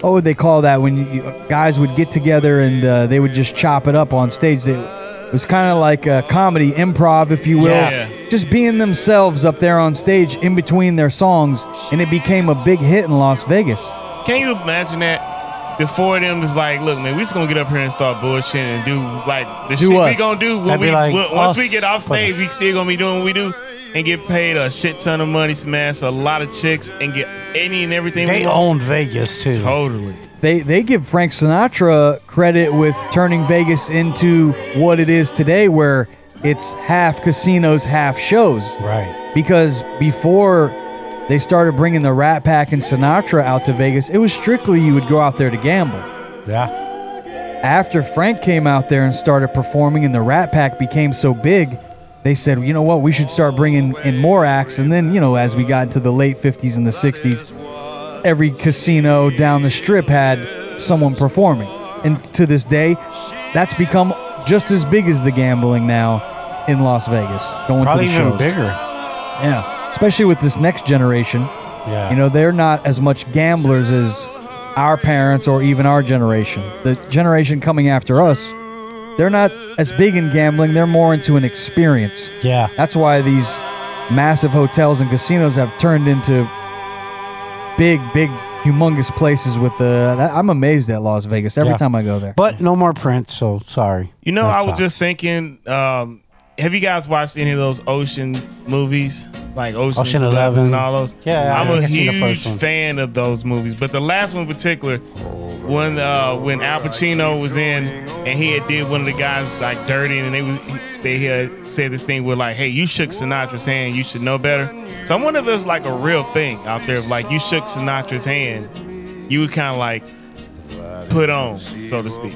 B: what would they call that when you, you- guys would get together and uh, they would just chop it up on stage? They, it was kind of like a comedy improv, if you will.
E: Yeah.
B: Just being themselves up there on stage in between their songs, and it became a big hit in Las Vegas.
E: Can you imagine that? Before them, just like, look, man, we just gonna get up here and start bullshitting and do like the
B: Do
E: shit
B: us.
E: we gonna do when
D: That'd be
E: we
D: like
E: when-
D: us,
E: once we get off stage. We still gonna be doing what we do and get paid a shit ton of money, smash a lot of chicks, and get any and everything.
D: They
E: we want.
D: owned Vegas, too.
E: Totally.
B: They they give Frank Sinatra credit with turning Vegas into what it is today, where it's half casinos, half shows.
D: Right.
B: because before they started bringing the Rat Pack and Sinatra out to Vegas, it was strictly you would go out there to gamble.
D: Yeah.
B: After Frank came out there and started performing, and the Rat Pack became so big, they said, you know what, we should start bringing in more acts. And then, you know, as we got into the late 50s and the 60s, every casino down the strip had someone performing. And to this day, that's become just as big as the gambling now in Las Vegas. Going
D: Probably
B: to the
D: even
B: shows.
D: bigger.
B: Yeah, especially with this next generation.
D: Yeah.
B: You know, they're not as much gamblers as our parents or even our generation. The generation coming after us, they're not as big in gambling. They're more into an experience.
D: Yeah.
B: That's why these massive hotels and casinos have turned into big, big, humongous places with the. that- I'm amazed at Las Vegas every
D: Yeah.
B: time I go there.
D: But no more Prince, so sorry.
E: You know,
D: That
E: I was
D: sucks.
E: just thinking um, Have you guys watched any of those ocean movies, like Ocean's
D: Ocean
E: Eleven
D: Eleven.
E: and all those?
D: Yeah,
E: I'm
D: I
E: a
D: can see the
E: huge
D: first one.
E: fan of those movies, but the last one in particular, when uh, when Al Pacino was in and he had did one of the guys like dirty, and they was they had said this thing with like, "Hey, you shook Sinatra's hand, you should know better." So I wonder if it's like a real thing out there, if like you shook Sinatra's hand, you would kind of like put on, so to speak.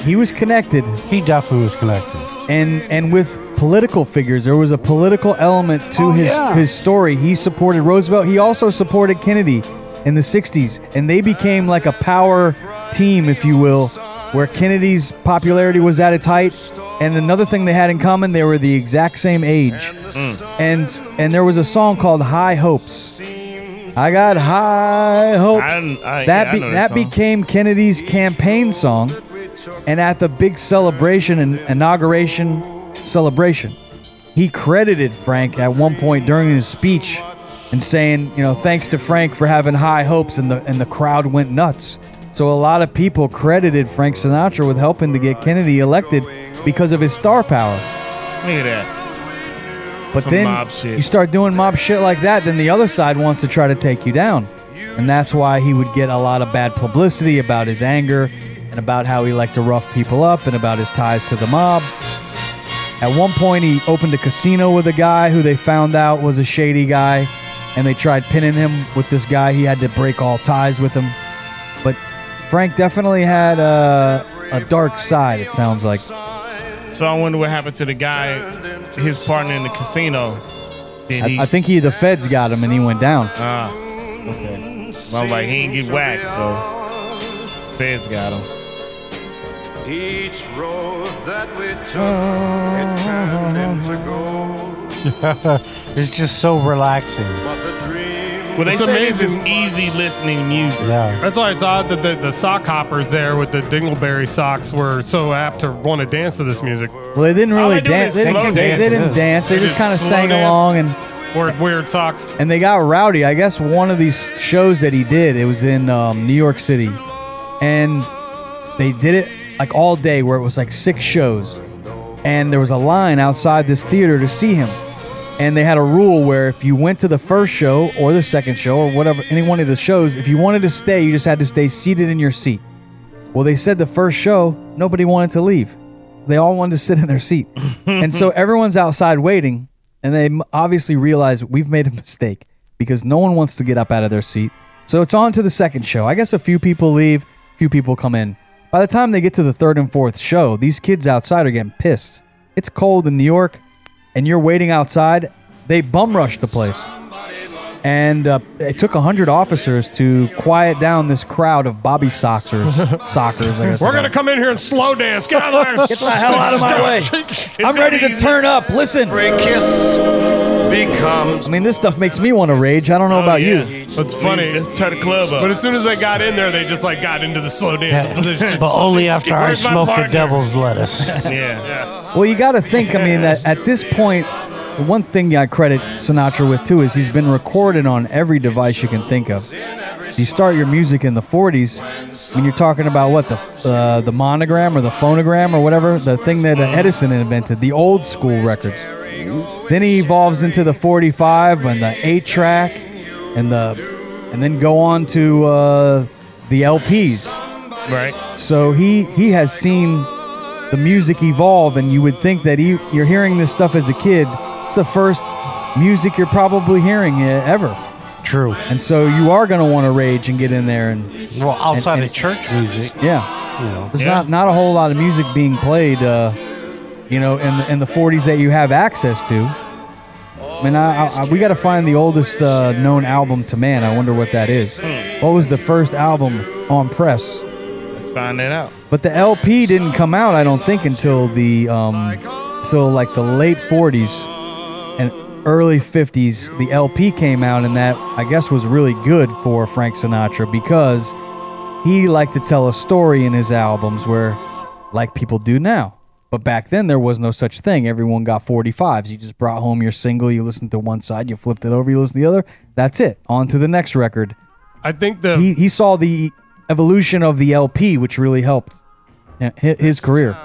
B: He was connected.
D: He definitely was connected.
B: And and with political figures, there was a political element to his
D: yeah.
B: his story. He supported Roosevelt. He also supported Kennedy in the 60s, and they became like a power team, if you will, where Kennedy's popularity was at its height. And another thing they had in common, they were the exact same age. And and there was a song called High Hopes. I got high hopes.
E: I didn't- I-
B: that
E: yeah, I
B: be,
E: know
B: that
E: that song.
B: became Kennedy's campaign song, and at the big celebration and inauguration celebration, he credited Frank at one point during his speech, and saying, you know, thanks to Frank for having high hopes, and the and the crowd went nuts. So a lot of people credited Frank Sinatra with helping to get Kennedy elected because of his star power.
E: Look at that.
B: But
E: Some
B: then
E: mob shit.
B: you start doing mob shit like that, then the other side wants to try to take you down. And that's why he would get a lot of bad publicity about his anger and about how he liked to rough people up and about his ties to the mob. At one point, he opened a casino with a guy who they found out was a shady guy, and they tried pinning him with this guy. He had to break all ties with him. But Frank definitely had a, a dark side, it sounds like.
E: So I wonder what happened to the guy, his partner in the casino. Did he?
B: I, I think he, the feds got him and he went down.
E: Ah, okay. Well, I'm like, he ain't get whacked, so feds got him.
Q: Each road that we took, it turned into gold.
D: it's just so relaxing.
E: Well, they
C: It's
E: say this is
C: amazing.
E: easy listening music. Yeah.
C: That's why it's odd that the, the sock hoppers there with the dingleberry socks were so apt to want to dance to this music.
B: Well, they didn't
C: All
B: really
C: they do
B: dance.
C: is
B: They,
C: slow
B: didn't- they
C: dance.
B: didn't dance. They,
C: They
B: just
C: did
B: kind of
C: slow
B: sang
C: dance.
B: along and
C: Weird, weird socks.
B: and they got rowdy. I guess one of these shows that he did, it was in um, New York City, and they did it like all day, where it was like six shows, and there was a line outside this theater to see him. And they had a rule where if you went to the first show or the second show or whatever, any one of the shows, if you wanted to stay, you just had to stay seated in your seat. Well, they said the first show, nobody wanted to leave. They all wanted to sit in their seat. and so everyone's outside waiting, and they m- obviously realize we've made a mistake because no one wants to get up out of their seat. So it's on to the second show. I guess a few people leave, few people come in. By the time they get to the third and fourth show, these kids outside are getting pissed. It's cold in New York, and you're waiting outside. They bum rush the place and uh, it took 100 officers to quiet down this crowd of bobby soxers sockers I guess
C: We're gonna come in here and slow dance. Get out of there.
B: Get the hell out of my way. i'm ready to turn up listen i mean this stuff makes me want to rage i don't know about you
C: That's funny.
E: Oh, Let's turn the club up.
C: But as soon as they got in there, they just like got into the slow dance position.
D: but only after I
C: Where's my
D: smoked the
C: partner?
D: devil's lettuce.
E: Yeah.
B: well you gotta think i mean at, at this point the one thing i credit sinatra with too is he's been recorded on every device you can think of you start your music in the 40s when you're talking about what the uh, the monogram or the phonogram or whatever the thing that uh, Edison invented the old school records then he evolves into the 45 and the 8 track and the and then go on to uh, the LPs
E: right
B: so he he has seen the music evolve and you would think that he, you're hearing this stuff as a kid it's the first music you're probably hearing uh, ever
D: True.
B: and so you are going to want to rage and get in there and
D: Well, outside
B: and-
D: of church music,
B: yeah.
D: you know.
B: There's not not a whole lot of music being played, uh, you know, in the, in the 40s that you have access to. I mean, I, I, I- we got to find the oldest uh, known album to man. I wonder what that is. What was the first album on press?
E: Let's find that out.
B: But the LP didn't come out, I don't think, until the um, till like the late '40s and early '50s. The LP came out, and that I guess was really good for Frank Sinatra because he liked to tell a story in his albums, where like people do now. But back then there was no such thing. Everyone got 45s. You just brought home your single, you listened to one side, you flipped it over, you listened to the other. That's it. On to the next record.
C: I think the
B: he, he saw the evolution of the LP, which really helped uh, hi- his career.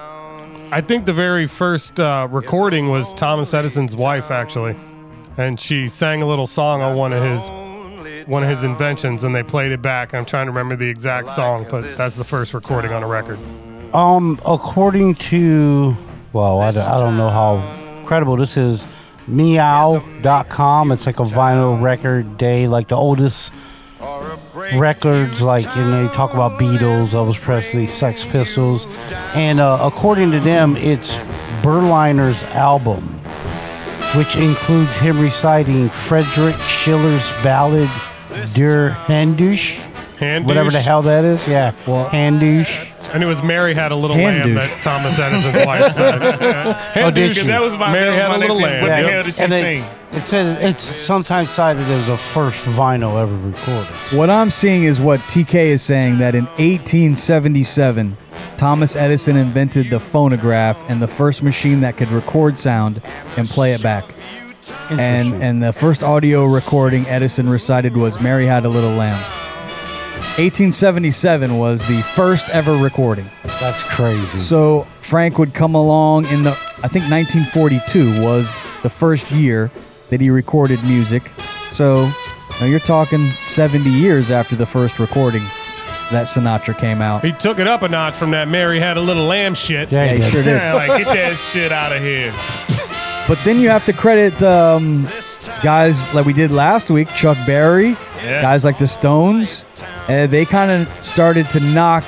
C: I think the very first uh, recording was Thomas Edison's wife, actually, and she sang a little song on one of his one of his inventions, and they played it back. I'm trying to remember the exact song, but that's the first recording on a record.
D: Um, according to, well, I, d- I don't know how credible this is, meow.com. It's like a vinyl record day, like the oldest records, like, and they talk about Beatles, Elvis Presley, Sex Pistols. And uh, according to them, it's Berliner's album, which includes him reciting Frederick Schiller's ballad, Der Handusch.
C: Handusch?
D: Whatever the hell that is, yeah. Handusch.
C: And it was Mary had a little lamb
D: Handouche.
C: that Thomas Edison's wife sang.
D: Oh, did
C: Handouche.
D: she?
E: That was my-
C: Mary
E: that was
C: had
E: my
C: a little
E: next
C: lamb.
E: thing. What the hell did she
D: And it-
E: sing?
D: It says it's sometimes cited as the first vinyl ever recorded.
B: What I'm seeing is what TK is saying that in 1877, Thomas Edison invented the phonograph and the first machine that could record sound and play it back. And
D: Interesting.
B: and the first audio recording Edison recited was Mary Had a Little Lamb. 1877 was the first ever recording.
D: That's crazy.
B: So Frank would come along in the I think 1942 was the first year that he recorded music. So now you're talking 70 years after the first recording that Sinatra came out.
C: He took it up a notch from that Mary had a little lamb shit.
B: Yeah, he Yeah, he sure did. did.
E: like, get that shit out of here.
B: But then you have to credit um, guys like we did last week, Chuck Berry,
E: Yeah.
B: guys like the Stones. Uh, they kind of started to knock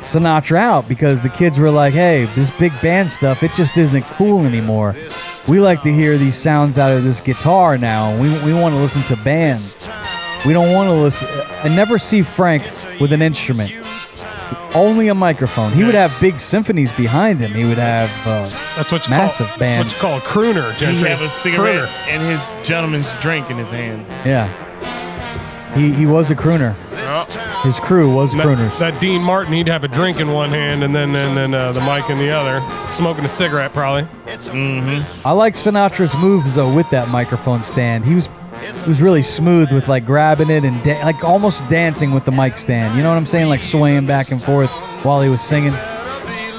B: Sinatra out because the kids were like, "Hey, this big band stuff, it just isn't cool anymore. We like to hear these sounds out of this guitar now. We we want to listen to bands. We don't want to listen. I never see Frank with an instrument only a microphone. He would have big symphonies behind him. He would have uh,
C: that's what
B: massive bands.
C: That's what you call a crooner,
E: He
C: Gentry.
E: have a cigarette and his gentleman's drink in his hand.
B: yeah, he he was a crooner. His crew was
C: And
B: crooners.
C: That, that Dean Martin, he'd have a drink in one hand and then and then uh, the mic in the other, smoking a cigarette probably. Mm-hmm.
B: I like Sinatra's moves though with that microphone stand. He was he was really smooth with like grabbing it and da- like almost dancing with the mic stand. You know what I'm saying? Like swaying back and forth while he was singing.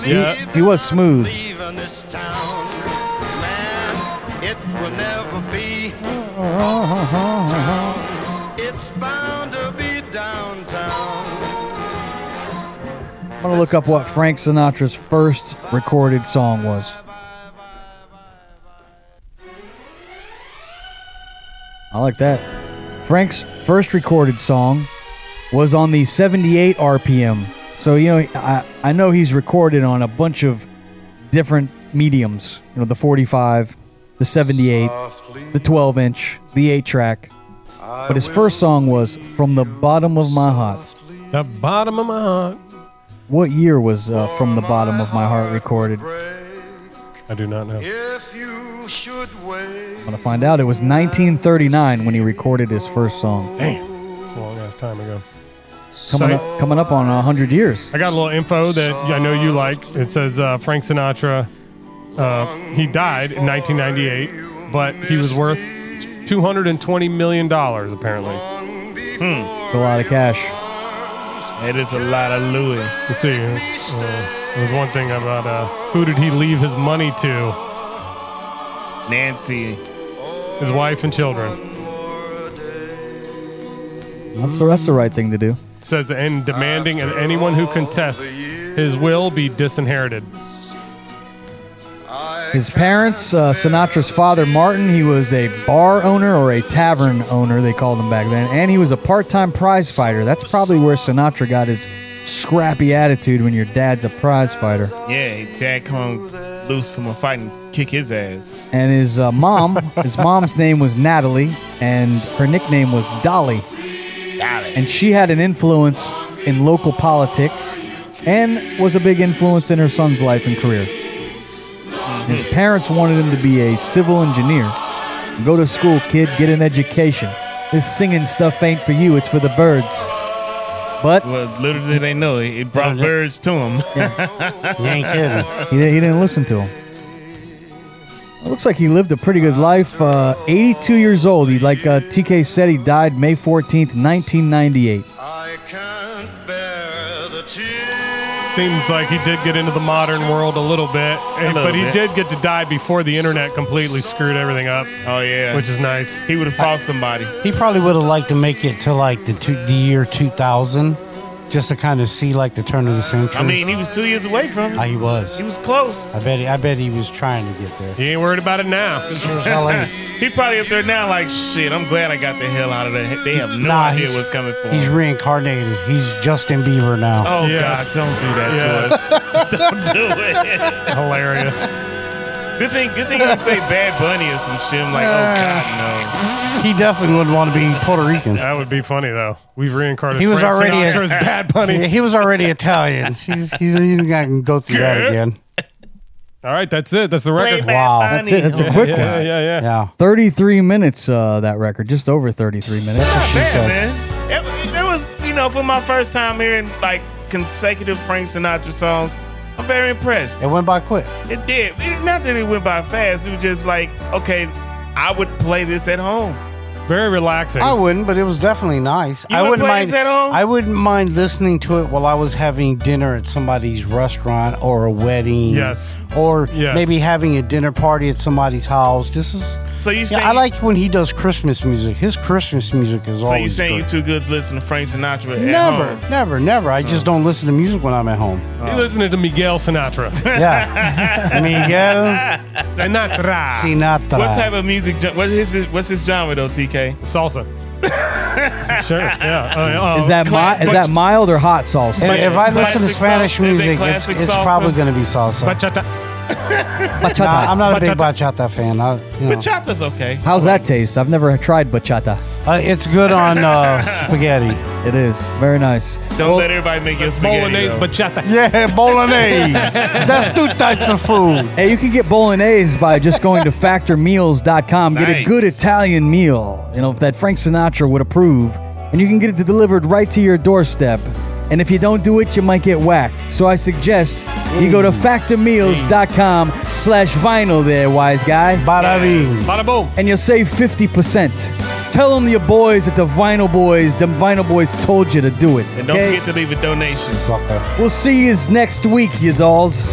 B: He-
C: Yeah.
B: he was smooth. I'm gonna look up what Frank Sinatra's first recorded song was. I like that. Frank's first recorded song was on the 78 RPM. So you know, I I know he's recorded on a bunch of different mediums. You know, the 45, the 78, the 12 inch, the 8 track. But his first song was "From the Bottom of My Heart."
C: The bottom of my heart.
B: What year was uh, "From the Bottom of My Heart" recorded?
C: I do not know.
B: I'm gonna find out. It was 1939 when he recorded his first song.
C: Damn, it's a long ass time ago.
B: Coming
C: Sorry.
B: up, coming up on 100 years.
C: I got a little info that I know you like. It says uh, Frank Sinatra, uh, he died in 1998, but he was worth 220 million dollars apparently.
B: It's a lot of cash.
C: It is a lot of Louis. Let's see. Uh, there's one thing about uh, who did he leave his money to?
E: Nancy.
C: His wife and children.
B: That's the, that's the right thing to do.
C: It says the end demanding of anyone who contests his will be disinherited.
B: His parents, uh, Sinatra's father Martin, he was a bar owner or a tavern owner, they called him back then, and he was a part time prize fighter. That's probably where Sinatra got his scrappy attitude when your dad's a prize fighter.
E: Yeah, dad come loose from a fight and kick his ass.
B: And his uh, mom, his mom's name was Natalie, and her nickname was Dolly. And she had an influence in local politics and was a big influence in her son's life and career. His parents wanted him to be a civil engineer. Go to school, kid, get an education. This singing stuff ain't for you, it's for the birds. But
E: Well, little did they know, it it brought birds to him.
B: He, di- he didn't listen to him. It looks like he lived a pretty good life. Uh, 82 years old. He, like uh, TK said, he died May 14th, 1998.
C: seems like he did get into the modern world a little bit, and-
E: little
C: but he
E: bit.
C: did get to die before the internet completely screwed everything up.
E: Oh yeah,
C: which is nice.
E: He would have fought somebody.
D: He probably would have liked to make it to like the two, the year 2000, just to kind of see like the turn of the century.
E: I mean, he was two years away from it.
D: Ah, he was.
E: He was close.
D: I bet. He, I bet he was trying to get there.
C: He ain't worried about it now.
E: he probably up there now, like shit. I'm glad I got the hell out of there. They have no
D: Nah,
E: idea
D: he's-
E: what's coming for.
D: He's
E: him.
D: reincarnated. He's Justin Bieber now.
E: Oh God! Don't do that to us. don't do it.
C: Hilarious.
E: Good thing. Good thing you didn't say Bad Bunny or some shit. I'm like, oh God, no.
D: He definitely wouldn't want to be Puerto Rican.
C: That would be funny though. We've reincarnated.
D: He was
C: Frank
D: already
C: Sinatra's Bad Bunny.
D: Yeah, he was already Italian. He's he's, he's not gonna go through that again.
C: All right, that's it. That's the record.
D: Wow, that's, it. that's a quick
C: yeah,
D: one.
C: Yeah, yeah,
D: yeah.
B: 33 minutes, uh, that record, just over 33 minutes.
E: Man, man. It, it was, you know, for my first time hearing like consecutive Frank Sinatra songs, I'm very impressed.
D: It went by quick.
E: It did. It, not that it went by fast. It was just like, okay, I would play this at home.
C: Very relaxing.
D: I wouldn't, but it was definitely nice.
E: You
D: I
E: would
D: wouldn't
E: play
D: mind.
E: this at home?
D: I wouldn't mind listening to it while I was having dinner at somebody's restaurant or a wedding.
E: Yes.
D: Or
E: Yes.
D: maybe having a dinner party at somebody's house. This is.
E: So you
D: Yeah,
E: saying-
D: I like when he does Christmas music. His Christmas music is
E: So you
D: always
E: saying
D: good.
E: you too good to listen to Frank Sinatra at
D: Never,
E: home? Oh.
D: never, never. I just don't listen to music when I'm at home.
C: You're listening to Miguel Sinatra.
D: Yeah. Miguel
C: Sinatra.
D: Sinatra.
E: What type of music? gen- What is his, What's his genre though? TK
C: salsa. sure. Yeah. Uh, uh,
B: Is that, mi-
C: classic-
B: is that mild or hot salsa?
D: If, if I listen to Spanish music, it's, it's probably going to be salsa.
C: uh, Bachata.
D: Nah, I'm not a big
B: Bachata.
D: bachata fan. I, you know.
E: Bachata's okay.
B: How's that taste? I've never tried bachata.
D: Uh, it's good on uh, spaghetti.
B: It is. Very nice.
E: Don't let everybody make your spaghetti.
C: Bolognese
E: though.
C: bachata.
D: Yeah, bolognese. That's two types of food.
B: Hey, you can get bolognese by just going to factormeals.com. Get a
D: Nice.
B: good Italian meal, you know, that Frank Sinatra would approve. And you can get it delivered right to your doorstep. And if you don't do it, you might get whacked. So I suggest you go to
E: Mm.
B: factormeals.com slash vinyl there, wise guy.
D: Bada bing.
C: Bada boom.
B: And you'll save 50%. Tell them your boys at the Vinyl Boys, the Vinyl Boys told you to do it.
E: And don't
B: okay?
E: forget to leave a donation.
B: We'll see yous next week, y'alls.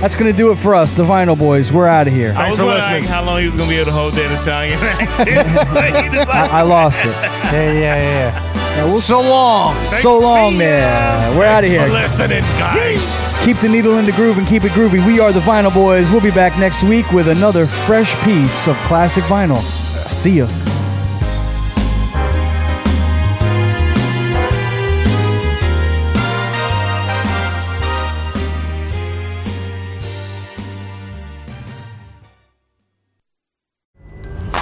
B: That's going to do it for us, the Vinyl Boys. We're out of here.
E: I was wondering how long he was gonna be able to hold that Italian accent. Like, he just like-
B: I, I lost it.
D: Yeah, yeah, yeah.
B: so
D: long.
B: So long, man. We're out of here.
E: guys.
B: Keep the needle in the groove and keep it groovy. We are the Vinyl Boys. We'll be back next week with another fresh piece of classic vinyl. See ya.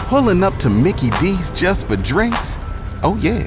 M: Pulling up to Mickey D's just for drinks? Oh, yeah,